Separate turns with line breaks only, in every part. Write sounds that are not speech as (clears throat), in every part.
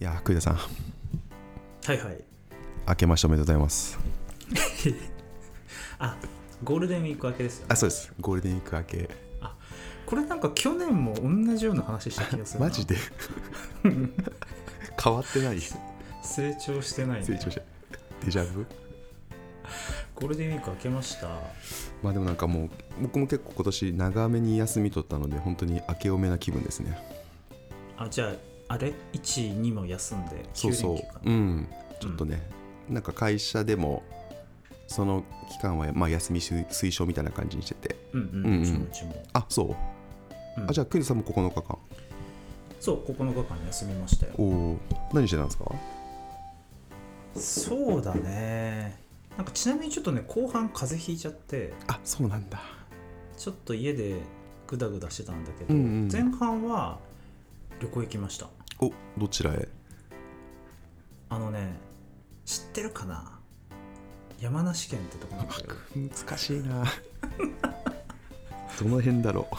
いやー、栗田さん、
はいはい
明けましておめでとうございます。
あゴールデンウィーク明けですよね
あ、そうです。ゴールデンウィーク明け。
これなんか去年も同じような話した気がする
(laughs)
な
マジで変わってない。成
成長してない、ね、
長者。デジャブ
ゴールデンウィーク明けました
まあでもなんかもう、僕も結構今年長めに休み取ったので、本当に明けおめな気分ですね。
あじゃああれ12も休んで
そう
9
そ
連休か
う。うん。ちょっとね、なんか会社でも、その期間はまあ休みし推奨みたいな感じにしてて。
うんうん、
う
うん
うん
ん、うちもうちも
あ、そう。
うん
あ、じゃあ、栗田さんも9日間。
そう9日間休みましたよ
おお。何してたんですか
そうだねなんかちなみにちょっとね後半風邪ひいちゃって
あ、そうなんだ。
ちょっと家でグダグダしてたんだけど、
うんうん
前半は旅行行きました
お、どちらへ
あのね知ってるかな山梨県ってとこなんだよ
難しいなどの辺だろう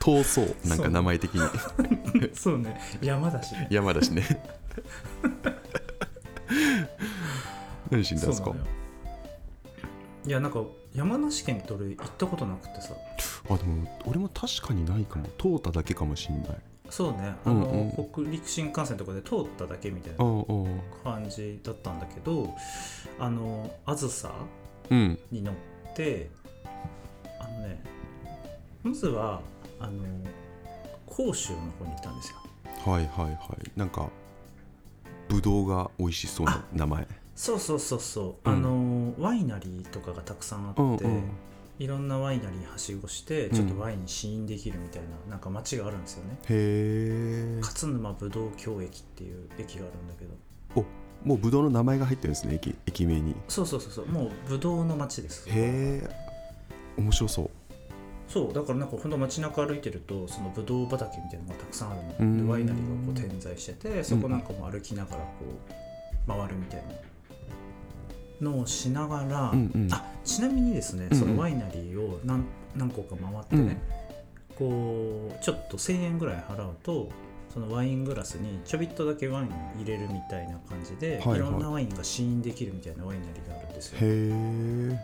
闘争なんか名前的に
そうね山だしね
山だしね何しんだんです
そう
か
なのよいやなんか山梨県って俺行ったことなくてさ
あでも俺も確かにないかも通っただけかもしんない
そうねあの、
うんう
北陸新幹線とかで通っただけみたい
ああ
な
う
感じだったんだけどあのあずさ
ん
に乗ってあのねまずはあの甲州の方に行ったんですよ
はいはいはいなんかぶどうが美味しそうな名前
そうそうそうそう、
うん
あのワイナリーとかがたくさんあって、
うんうん
いろんなワイナリーはしごしてちょっとワイン試飲できるみたいな,、なんか街があるんですよね
へえ
勝沼ぶどう京駅っていう駅があるんだけど
おもうぶどうの名前が入ってるんですね駅駅名に
そうそうそうそうもうぶどうの街です
へえ面白そう
そうだからなんかほんと街中歩いてるとそのぶどう畑みたいなのがたくさんあるの
う
で
ん
ワイナリーがこう点在しててそこなんかも歩きながらこう回るみたいなのをしながら、
うんうん
あちなみにですね
うんうん
そのワイナリーを何何個か回ってね、こうちょっと1000円ぐらい払うとそのワイングラスにちょびっとだけワイン入れるみたいな感じで、
はい
い
はい
ろんなワインが試飲できるみたいなワイナリーがあるんですよ
へ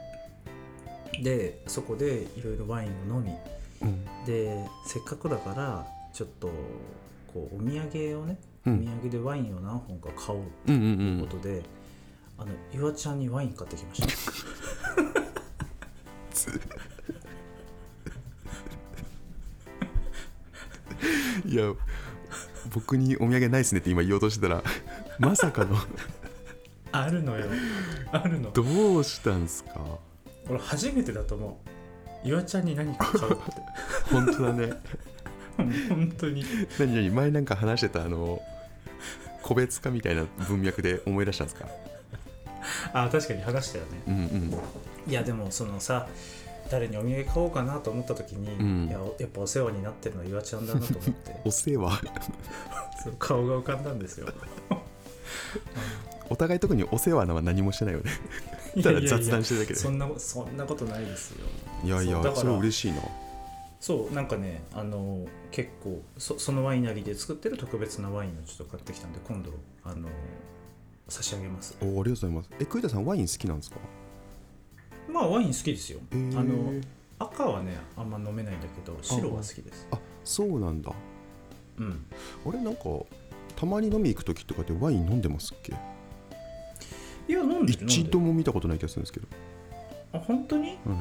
え
でそこでいろいろワインを飲み
うん
でせっかくだからちょっとこうお土産をね、
う
お
ん
土産でワインを何本か買おう
うんうんう
というんことで、あの岩ちゃんにワイン買ってきました
いや僕にお土産ないっすねって今言おうとしてたら (laughs) まさかの
あるのよあるの
どうしたんすか
俺初めてだと思う岩ちゃんに何か買うって (laughs)
本当だね
本当に
何何前なんか話してたあの個別化みたいな文脈で思い出したんですか
あ確かに話したよね
うんうん
いやでもそのさ誰にお土産買おうかなと思った時に、
うん
いややっぱお世話になってるのは岩ちゃんだなと思って (laughs)
お世話
そう顔が浮かんだんですよ
お互い特にお世話は何もしてないよね (laughs) ただ雑談してるだけで
そんなそんなことないですよ
いやい
そ
や
うだから
それ嬉しいな
そうなんかねあの結構そそのワイナリーで作ってる特別なワインをちょっと買ってきたんで今度あの差し上げます
おありがとうございますえ栗田さんワイン好きなんですか
まあワイン好きですよ、
えー
あの赤はねあんま飲めないんだけど白は好きです
あそうなんだ
うん
あれなんかたまに飲み行く時とかってワイン飲んでますっけ
いや飲んでる飲んで
一
る
度も見たことない気がするんですけど、
あ本当に
うん、
い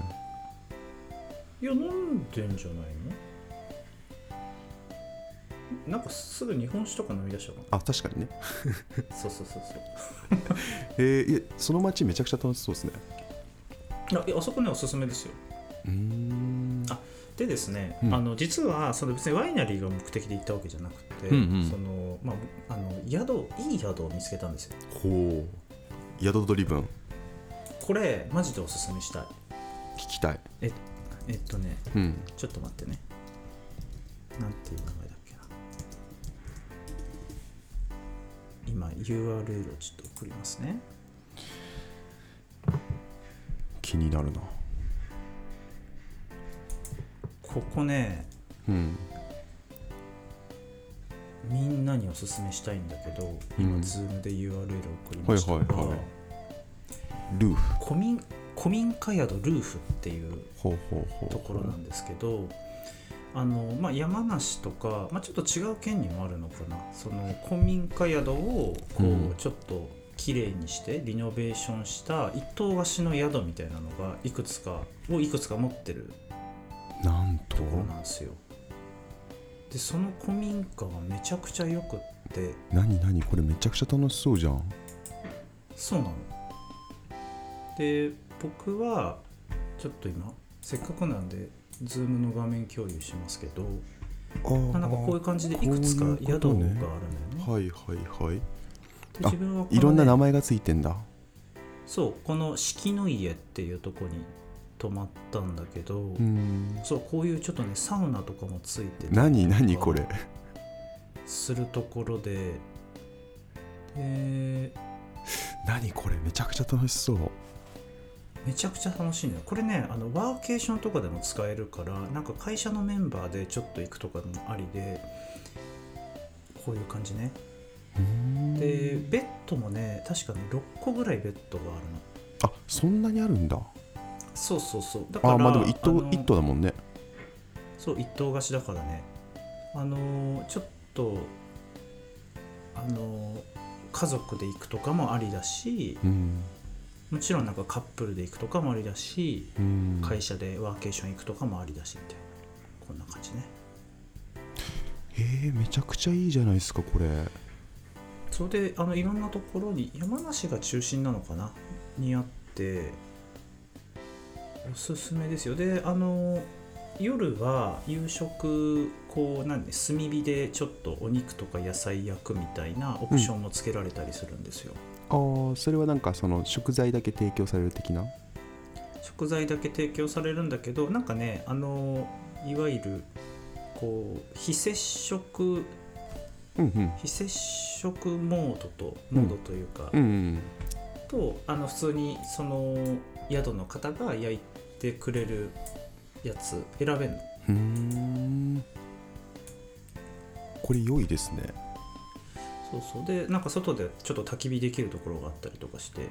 や飲んでんじゃないのなんかすぐ日本酒とか飲み出しちゃうか
あ確かにね
なそうそうそうそう
えー、いやその街めちゃくちゃ楽しそうですね
あいやあそこねおすすめですよ
うーん
あでですね、
うん
あの実はその別にワイナリーが目的で行ったわけじゃなくて、
うんうん
そのまあ、あの宿いい宿を見つけたんですよ
ほう宿ドリブン
これマジでおすすめしたい
聞きたい
ええっとね
うん
ちょっと待ってねなんていう名前だっけな今 URL をちょっと送りますね
気になるな
ここね
うん
みんなにおすすめしたいんだけど
う
今
ん
Zoom で URL 送りましたが、
はいはいはいルーフ
古民古民家宿ルーフっていう
ほうほうほう
ところなんですけどあの、まあ、山梨とか、まあ、ちょっと違う県にもあるのかなその古民家宿をこ
うん
うちょっと綺麗にしてリノベーションした一棟貸しの宿みたいなのがいくつかをいくつか持ってる
なんと
ところなんですよ。でその古民家がめちゃくちゃよくって
何何これめちゃくちゃ楽しそうじゃん
そうなの。で僕はちょっと今せっかくなんで Zoom の画面共有しますけど。
あー
まあ、なんかこういう感じでいくつか
こういうこ
宿がある
と
のよ
ね
ね。
はいはいはい
で
あ
自分はこのね
いろんな名前がついてんだ
そうこの式の家っていうとこに泊まったんだけど、
うん
そうこういうちょっとねサウナとかもついてたりとか
何何これ
するところでで
何これめちゃくちゃ楽しそう
めちゃくちゃ楽しいのよこれねあのワーケーションとかでも使えるからなんか会社のメンバーでちょっと行くとかもありでこういう感じね
うん
でベッドもね確かね6個ぐらいベッドがあるの
あそんなにあるんだ
そうそうそうだから
あまあでも一
あ
頭
の
一頭だもんね
そう一棟貸しだからねあのーちょっとあのー家族で行くとかもありだし
うん
もちろんなんかカップルで行くとかもありだし
うん
会社でワーケーション行くとかもありだしみたいなこんな感じね
えー、めちゃくちゃいいじゃないですかこれ
それであのいろんなところに山梨が中心なのかなにあっておすすめですよであの夜は夕食こうなんで炭火でちょっとお肉とか野菜焼くみたいなオプションもつけられたりするんですよ、
ああそれはなんかその食材だけ提供される的な
食材だけ提供されるんだけどなんかねあのいわゆるこう非接触
うんうん
非接触モードとモードというか、
うんうん
とあの普通にその宿の方が焼いてくれるやつ選べんの
うーんこれ良いですね
そうそうでなんか外でちょっと焚き火できるところがあったりとかしてめっ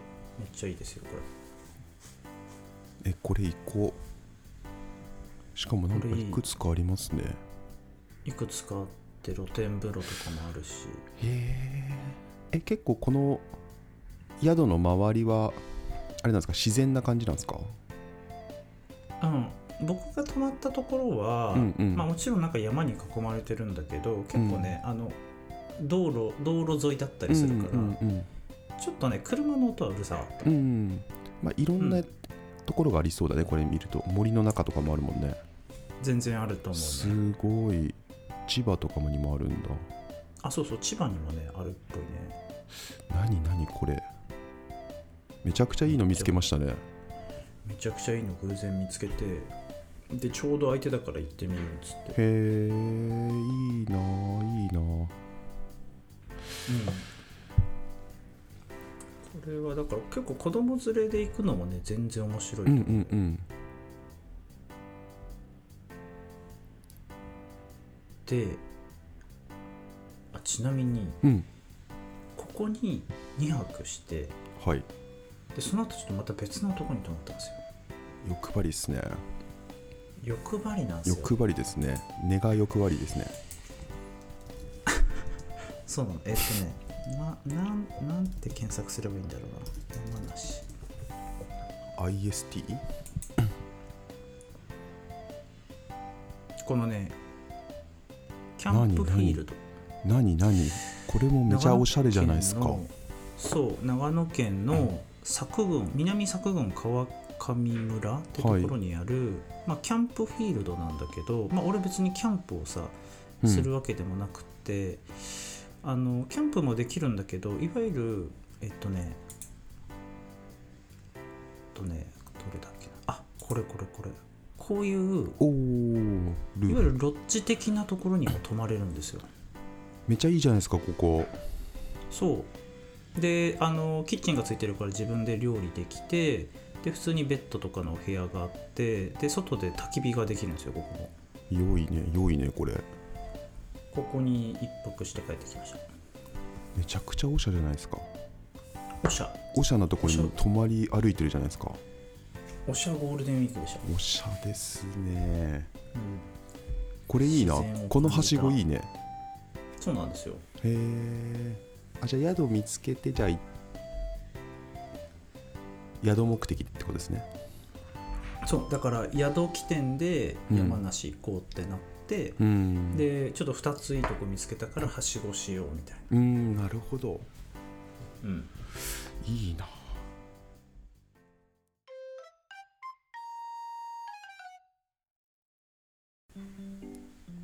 ちゃいいですよこ
えこれ行こうしかもなんか
これい
い
い
くつかありますね
れいくつかあって露天風呂とかもあるし
へえ結構この宿の周りはあれなんですか自然な感じなんですか
うん僕が泊まったところは、
うんうん
まあ、もちろんなんか山に囲まれてるんだけど結構ね、あの道路道路沿いだったりするから、
うんうんうん
ちょっとね車の音はうるさかった
うんうんまあいろん
う
なんところがありそうだね、これ見ると森の中とかもあるもんね
全然あると思うね
すごい千葉とかもにもあるんだ
あそうそう千葉にもねあるっぽいね
何何これめちゃくちゃいいの見つけましたね
めちゃくちゃいいの偶然見つけてでちょうど空いてたから行ってみようっつって、
へえいいなあいいなあ
これはだから結構子供連れで行くのもね全然面白い、
うんうんうん
であちなみに
うん
ここに2泊して
はい
でその後ちょっとまた別のとこに泊まったんですよ
欲張りですね
欲張りなんですよ
欲張りですね根が欲張りですね
そうなのえっとねななんなんて検索すればいいんだろうな山梨
IST?
このねキャンプフィールド
何何これもめちゃおしゃれじゃないですか
長野県のそう長野県の佐久郡南佐久郡川上村ってところにある、まあ、キャンプフィールドなんだけど、まあ、俺別にキャンプをさ
うん
するわけでもなくて、あのキャンプもできるんだけどいわゆるえっとねえっとねどれだっけなあこれこれこれこういう
おール
い
ー
わ
ル
ゆるロッジ的なところにも泊まれるんですよ。
めちゃいいじゃないですかここ
そうであのキッチンがついてるから自分で料理できてで普通にベッドとかのお部屋があってで外で焚き火ができるんですよここも
良いね良いねこれ
ここに一泊して帰ってきました
めちゃくちゃオシャじゃないですか
おしゃ
オシャなところ
オシ
に
ャ
泊まり歩いてるじゃないですか
おしゃゴールデンウィークでした、
オシャですね
うん、
これいいな
自然を感じた
このはしごいいね
そうなんですよ
へえあじゃあ宿見つけてじゃあい宿目的ってことですね
そうだから宿起点で
うん
山梨行こうってなって、
うん
でちょっと2ついいとこ見つけたからはしごしようみたいな、
うんなるほど
うん、
いいな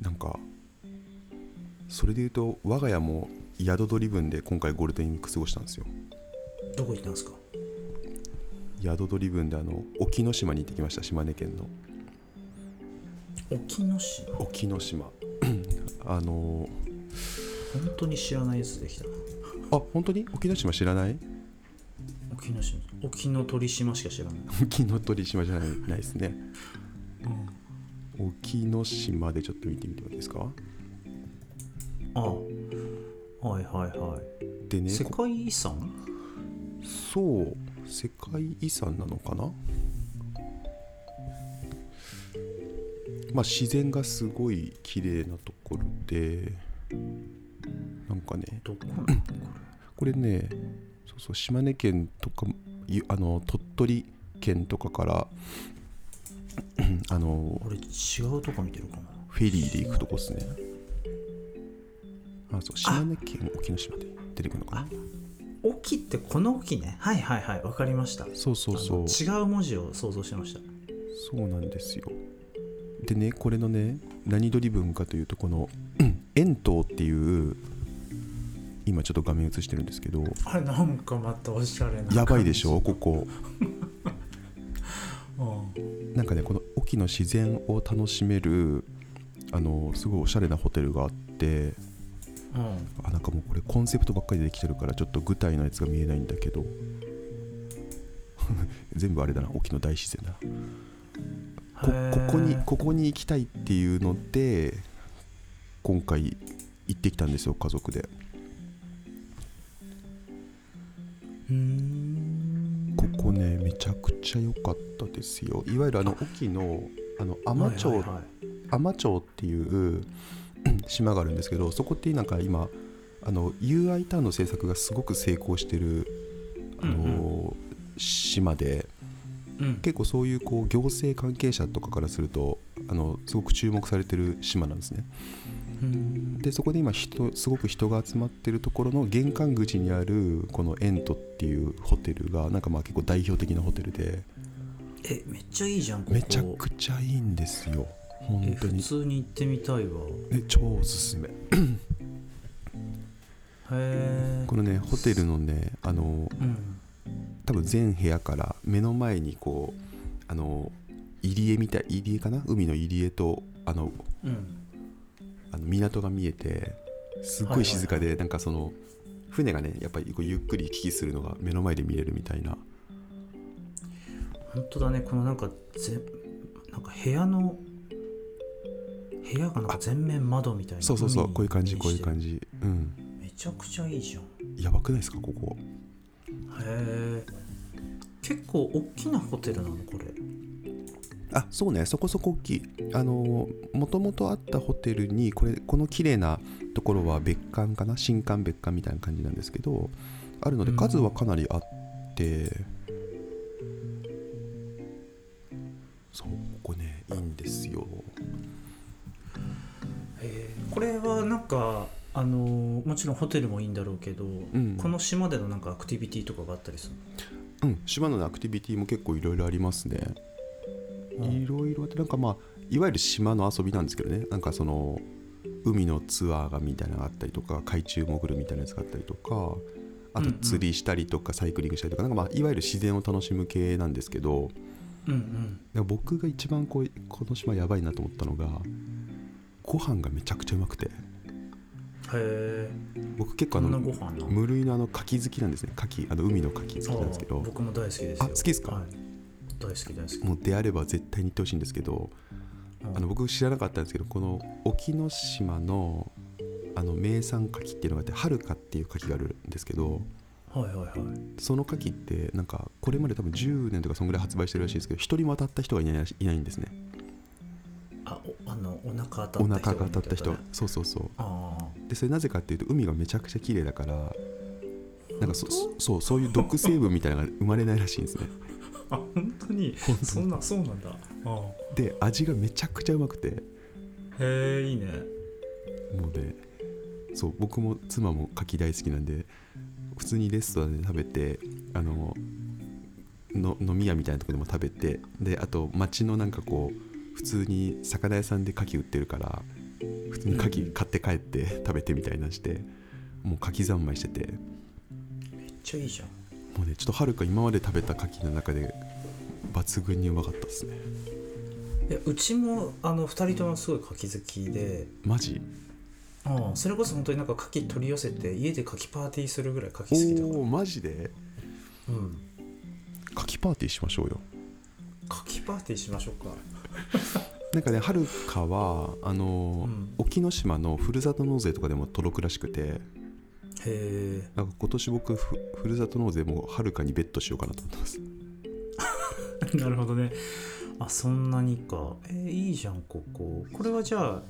なんかそれで言うと我が家も宿取り分で今回ゴールデンウィーク過ごしたんですよ
どこ行ったんですか
宿取り分であの沖ノ島に行ってきました島根県の
沖野市
沖ノ島 (clears throat) あの
本当に知らないやつできたな
あ本当に沖ノ島知らない (laughs)
沖野市沖ノ鳥島しか知らない、
沖ノ鳥島じゃないないですね沖ノ島でちょっと見てみてもいいですか
ああはいはいは
で
い
ね
世
こ
界遺産
そう世界遺産なのかなまあ自然がすごい綺麗なところでなんかね
どこなのこ
これねそうそう島根県とかゆあの鳥取県とかからあの
れ俺違うとこ見てるかな
フェリーで行くとこっすねあそう島根県沖ノ島で出てくるのかな
沖ってこの沖ねはいはいはいわかりました
そうそうそう
あの違う文字を想像してました
そうなんですよでねこれのね何取り分かというとこの (clears throat) 「円筒」っていう今ちょっと画面映してるんですけど
あれなんかまたおしゃれな
やばいでし
感
ょここ
じ、うん
なんかねこの沖の自然を楽しめるあのすごいおしゃれなホテルがあって
うん、
あなんかもうこれコンセプトばっかりでできてるからちょっと具体のやつが見えないんだけど (laughs) 全部あれだな沖の大自然だこここに
へー
ここに行きたいっていうので今回行ってきたんですよ家族で
うーん
ここねめちゃくちゃ良かったですよいわゆるあの沖のあの海士町、
はいはいはい
海士町っていう島があるんですけどそこってなんか今あの UI ターンの制作がすごく成功してるあの、島で
うん
結構そういうこう行政関係者とかからするとあのすごく注目されてる島なんですね
うん
でそこで今人すごく人が集まってるところの玄関口にあるこのエントっていうホテルがなんかまあ結構代表的なホテルで
えめっちゃいいじゃんここ
めちゃくちゃいいんですよ
え
本当
普
に
通に行ってみたいわへ
ね超おすすめ
え
このねホテルのねあの
うん
多分全部屋から目の前にこうあの入り江みたい入り江かな海の入り江とあの
うん
あの港が見えてすっごい静かで、なんかその船がねやっぱりこうゆっくり行き来するのが目の前で見れるみたいな
本当だねこのなんかぜなんか部屋の部屋がなんか全面窓みたいな
そうそうそうこういう感じこういう
じ
感じうん
めちゃくちゃいいじゃん
やばくないですかここ
へえ結構大きなホテルなのこれ
あそうねそこそこ大きいあのもともとあったホテルにこれこの綺麗なところは別館かな新館別館みたいな感じなんですけどあるので
うん
数はかなりあって、そうここねいいんですよ
これはなんかあのーもちろんホテルもいいんだろうけど、
ん
この島でのなんかアクティビティとかがあったりする
うん島のアクティビティも結構いろいろありますね
の
いろいろでなんかまあいわゆる島の遊びなんですけどねなんかその海のツアーがみたいなのがあったりとか海中潜るみたいなやつがあったりとかあ
うんう
と
ん
釣りしたりとかサイクリングしたりとか,、なんかまあいわゆる自然を楽しむ系なんですけど
うんうん
でも僕が一番こうこの島やばいなと思ったのがご飯がめちゃくちゃうまくて
へえ
僕結構
こ
あ
んな
の
ご飯な
無類のあの牡蠣好きなんですね牡蠣あの海の牡蠣好きなんですけ
あ
ど
ー僕も大好きですよ
あ好きですか
はい、大好き大好き
もうであれば絶対に行ってほしいんですけど
うん
あの僕知らなかったんですけどこの沖ノ島のあの名産柿っていうのがあってはるかっていう柿があるんですけど
はいはいはい
その柿ってなんかこれまで多分10年とかそんぐらい発売してるらしいんですけど一人も当たった人がいないらしいないんですね
あおあのお腹
お
当たった人
腹が当たった人
あ
はそうそうそう
あ
でそれなぜかっていうと海がめちゃくちゃ綺麗だから
ー
なんかそ
本
そうそういう毒成分みたいなのが生まれないらしいんですね
当あ本当に
本当
そ
に
んなそうなんだああ
で味がめちゃくちゃうまくて
へえいいね
もうねそう僕も妻も柿大好きなんで普通にレストランで食べてあのの飲み屋みたいなとこでも食べてであと町のなんかこう普通に魚屋さんで牡蠣売ってるから普通に牡
うん
蠣
うん
買って帰って (laughs) 食べてみたいなしてもう牡蠣三昧してて
めっちゃいいじゃん
もうねちょっとはるか今まで食べた牡蠣の中で抜群にうまかったですね
いやうちもあの2人ともすごい柿好きで、
マジ
ああそれこそ本当になんか柿取り寄せて家で柿パーティーするぐらい柿
お
好きだから、
ーマジで
うん、
牡蠣パーティーしましょうよ
柿パーティーしましょうか
なんかね、はるかはあの、
うん
沖ノ島のふるさと納税とかでも届くらしくて
へ
(laughs)
え
なんか今年僕ふふるさと納税もはるかにベットしようかなと思ってます
なるほどね。あそんなにか。えーいいじゃんここ。これはじゃあ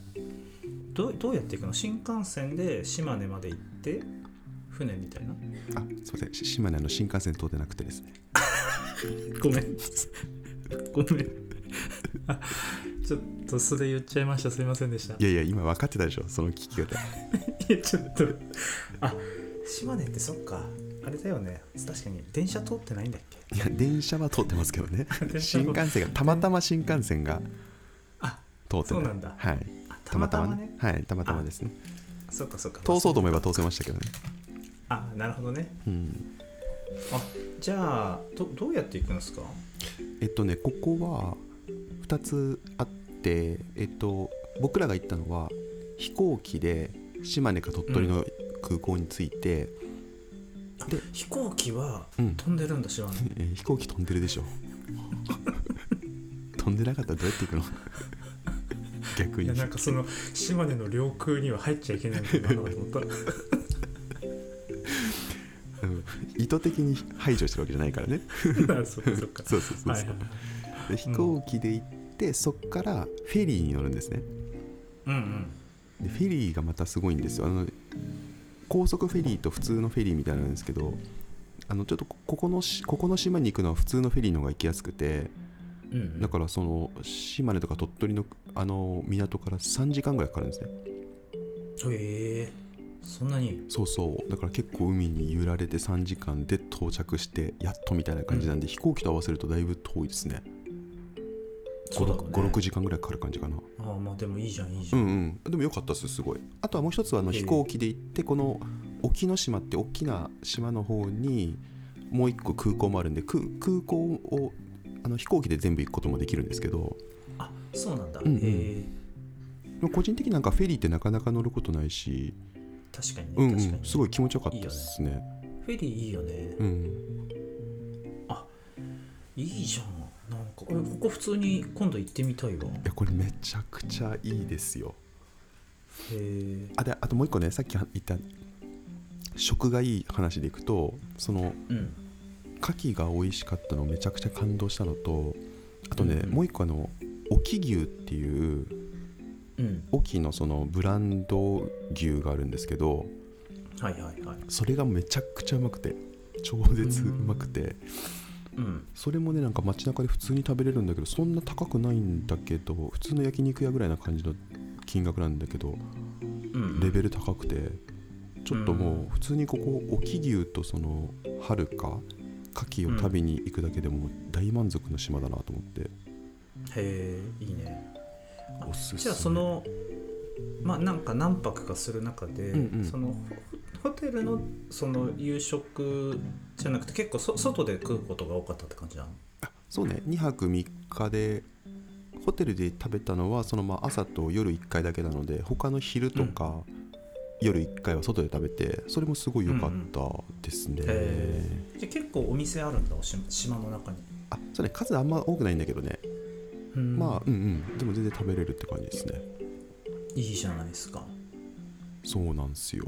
どうどうやっていくの新幹線で島根まで行って船みたいな
あすいませんし島根あの新幹線通ってなくてですね
ごめん。ごめん。 (laughs) あちょっとそれ言っちゃいましたすいませんでした。
いやいや今分かってたでしょその聞き方
いやちょっと。あ島根ってそっか。あれだよね。確かに電車通ってないんだっけ
いや電車は通ってますけどね
(laughs) 電車
新
も
幹線がたまたま新幹線が
あ
通って
そうなんだ
はい
あたまたまね。
はいたまたまですね
そっかそっか。
通そうと思えば通せましたけどね
あなるほどね。
うん
あじゃあどどうやって行くんですか
えっとねここは2つあってえっと僕らが行ったのは飛行機で島根か鳥取の空港に着いて、
飛行機は
うん
飛んでるんだ知らない
えー飛行機飛んでるでしょ (laughs) 飛んでなかったらどうやって行くの (laughs) 逆
い
に
やなんかその島根の領空には入っちゃいけないみたいなのかなと思った
うん意図的に排除してるわけじゃないからね
(laughs) そっかそっか
(laughs) そうそうそうそう、
はいはいはい
で飛行機で行って、そっからフェリーに乗るんですね
うんうん
でフェリーがまたすごいんですよあの高速フェリーと普通のフェリーみたいなのなんですけどあのちょっとこここのしここの島に行くのは普通のフェリーの方が行きやすくて
うんうん
だからその島根とか鳥取のあの港から3時間ぐらいかかるんですね
へえそんなに
そうそうだから結構海に揺られて3時間で到着してやっとみたいな感じなんで、飛行機と合わせるとだいぶ遠いですね
そうだろうね
56時間ぐらいかかる感じかな
ああまあでもいいじゃんいいじ
う
ゃん、
んうんでも良かったですすごいあとはもう一つはあの
ええ
飛行機で行ってこの沖ノ島って大きな島の方にもう一個空港もあるんで空空港をあの飛行機で全部行くこともできるんですけど
あそうなんだ、
うんうん
へえ
まあ個人的になんかフェリーってなかなか乗ることないし
確かにね、
うんう
確か
ん
に
すごい気持ちよかったですね
フェリーいいよね、
うん
いいじゃんなんか俺ここ普通に今度行ってみたいわ
いやこれめちゃくちゃいいですよ
へえ
あであともう一個ねさっき言った食がいい話でいくとその
うん
牡蠣が美味しかったのめちゃくちゃ感動したのとあとね、
うん
もう一個あの沖牛っていう
うん
沖のそのブランド牛があるんですけど
はいはいはい
それがめちゃくちゃうまくて超絶うまくて、
うん
それもねなんか街中で普通に食べれるんだけどそんな高くないんだけど普通の焼肉屋ぐらいな感じの金額なんだけど
うん
レベル高くてちょっともう普通にここ沖牛とそのはるか牡蠣を食べに行くだけでも大満足の島だなと思って、
へえいいねあ
おすすめ
じゃあそのまあなんか何泊かする中で、
うんうん
そのホホテルのその夕食じゃなくて結構そ外で食うことが多かったって感じなの
そうね2泊3日でホテルで食べたのはそのまあ朝と夜1回だけなので他の昼とか、夜1回は外で食べてそれもすごい良かったですね、
うんうんへじゃあ結構お店あるんだおし島の中に、
あそうね数あんま多くないんだけどね、
うん
まあうんうんでも全然食べれるって感じですね
いいじゃないですか
そうなんですよ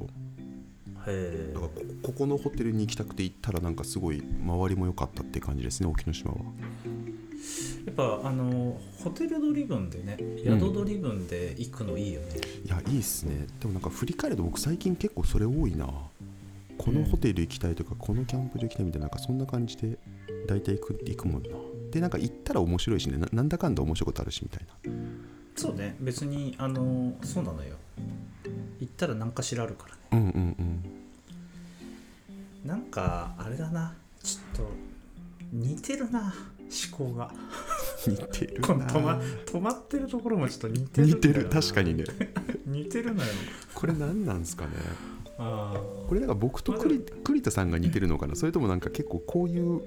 へ
だからこここのホテルに行きたくて行ったらなんかすごい周りも良かったって感じですね沖ノ島は
えやっぱあのホテルドリブンでね宿ドリブンで行くのいいよね、
いやいいっすねでもなんか振り返ると僕最近結構それ多いなこのホテル行きたいとか、このキャンプで行きたいみたいななんかそんな感じで大体行く行くもんなでなんか行ったら面白いしねななんだかんだ面白いことあるしみたいな
そうね別にあのそうなのよ行ったら何かしらあるからね
うんうんうん
なんかあれだなちょっと似てるな思考が
似てる
この
な
止ま止まってるところもちょっと似てるんだ
似
よ
てる確かにね
似てるのよ
これ何なんですかね
あ
これなんか僕と栗栗田さんが似てるのかなそれともなんか結構こういう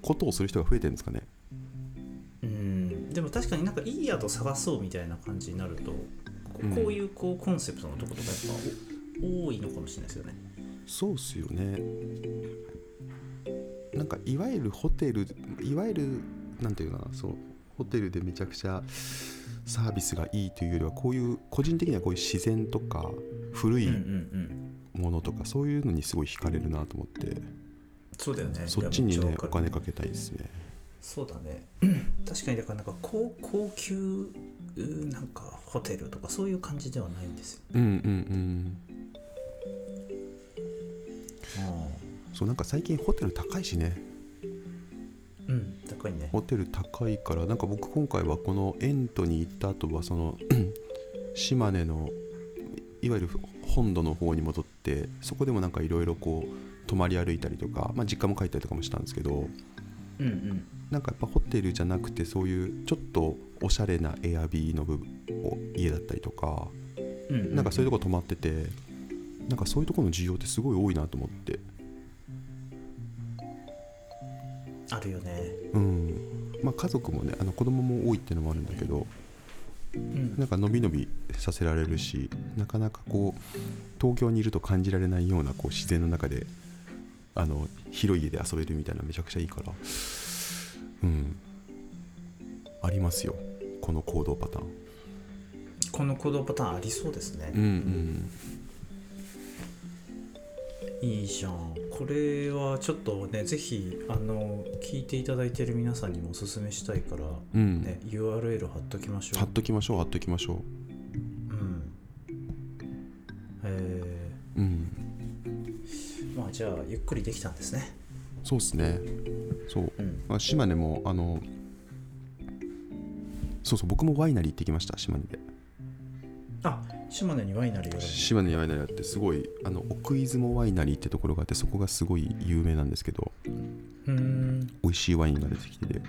ことをする人が増えてるんですかね
ーうんでも確かになんかいい宿探そうみたいな感じになるとこ
うん
こういうこうコンセプトのとことかやっぱお多いのかもしれないですよね
そうっすよねなんかいわゆるホテルいわゆるなんていうのかなそのホテルでめちゃくちゃサービスがいいというよりはこういう個人的にはこういう自然とか古
うん
い
うんうん
ものとか、そういうのにすごい惹かれるなと思って
そうだよね
そっちに
いやめ
ね
っちゃ
お
わかる
金かけたいですね
そうだね (clears throat) 確かにだからなんか高高級うーなんかホテルとかそういう感じではないんですよ
うんうんうんそうなんか最近ホテル高いしね
うん高いね
ホテル高いからなんか僕今回はこのエントに行った後はその (clears throat) 島根のいわゆる本土の方に戻ってそこでもなんかいろいろこう泊まり歩いたりとか、まあ、実家も帰ったりとかもしたんですけど
うんうん
なんかやっぱホテルじゃなくてそういうちょっとおしゃれなエアビーの部分を家だったりとか
うんうん
なんかそういうとこ泊まっててなんかそういうとこの需要ってすごい多いなと思って
あるよね
うんまあ家族もねあの子供も多いってのもあるんだけど
うん
なんか伸び伸びさせられるしなかなかこう東京にいると感じられないようなこう自然の中であの広い家で遊べるみたいなめちゃくちゃいいからうんありますよこの行動パターン
この行動パターンありそうですね、
ん
いいじゃんこれはちょっとねぜひあの聞いていただいてる皆さんにもおすすめしたいから、
うんうん、
ね、URL 貼っときましょ
貼
う
っときましょう貼っときましょ
うんえ
ううん
ー、まあじゃあゆっくりできたんですね
そうっすねそう
うん
まあ島根もあのそうそう僕もワイナリー行ってきました島根で
あ島根にワイナリーがある
島根にワイナリーあってすごいあの奥出雲ワイナリーってところがあってそこがすごい有名なんですけど
うーん
美味しいワインが出てきてて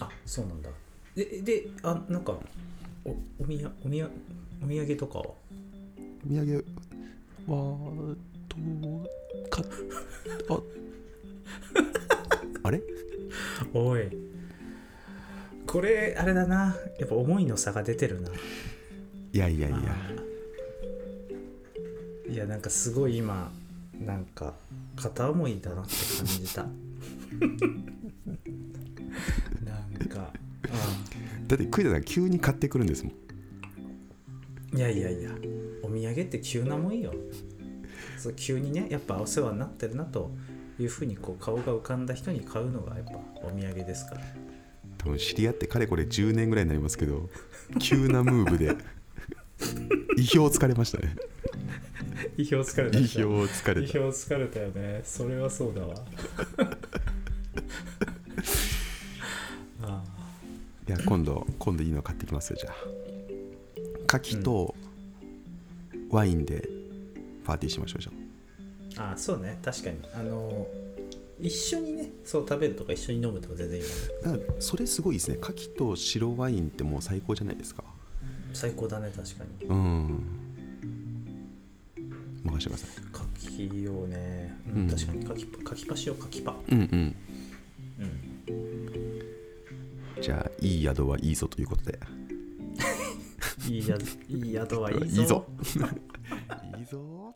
あそうなんだでであなんかおおみやおみやお土産とかは
お土産はとかあ (laughs) あれ
おいこれあれだなやっぱ思いの差が出てるない
やいやいや
いやなんかすごい今なんか片思いだなって感じ (laughs) たなんか、
だって栗田さん急に買ってくるんですもん
うん、いやいやいやお土産って急なもんよそう急にねやっぱお世話になってるなというふうにこう顔が浮かんだ人に買うのがやっぱお土産ですから
多分知り合ってかれこれ10年ぐらいになりますけど急なムーブで意表をつかれましたね
意表疲
意
れ
表をつかれた
疲れたよねそれはそうだ (laughs) わああ
いや今度今度いいの買ってきますよじゃあ牡蠣とワインでパーティーしましょうじゃ
あそうね確かにあの一緒にねそう食べるとか一緒に飲むとか全然いいよね
あ、だからそれすごいですね牡蠣と白ワインってもう最高じゃないですか
最高だね確かに
うん任せてください
柿をね、
う
うんん、確かに柿パ柿パしよう柿パ
うんうん
うん
じゃあいい宿はいいぞということで
いいやいい宿はいいぞ
いいぞいいぞ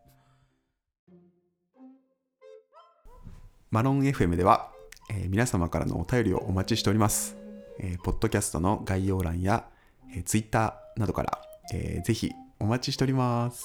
マロン FM では、えー皆様からのお便りをお待ちしております、えーポッドキャストの概要欄や、えー、Twitter などから、えーぜひお待ちしております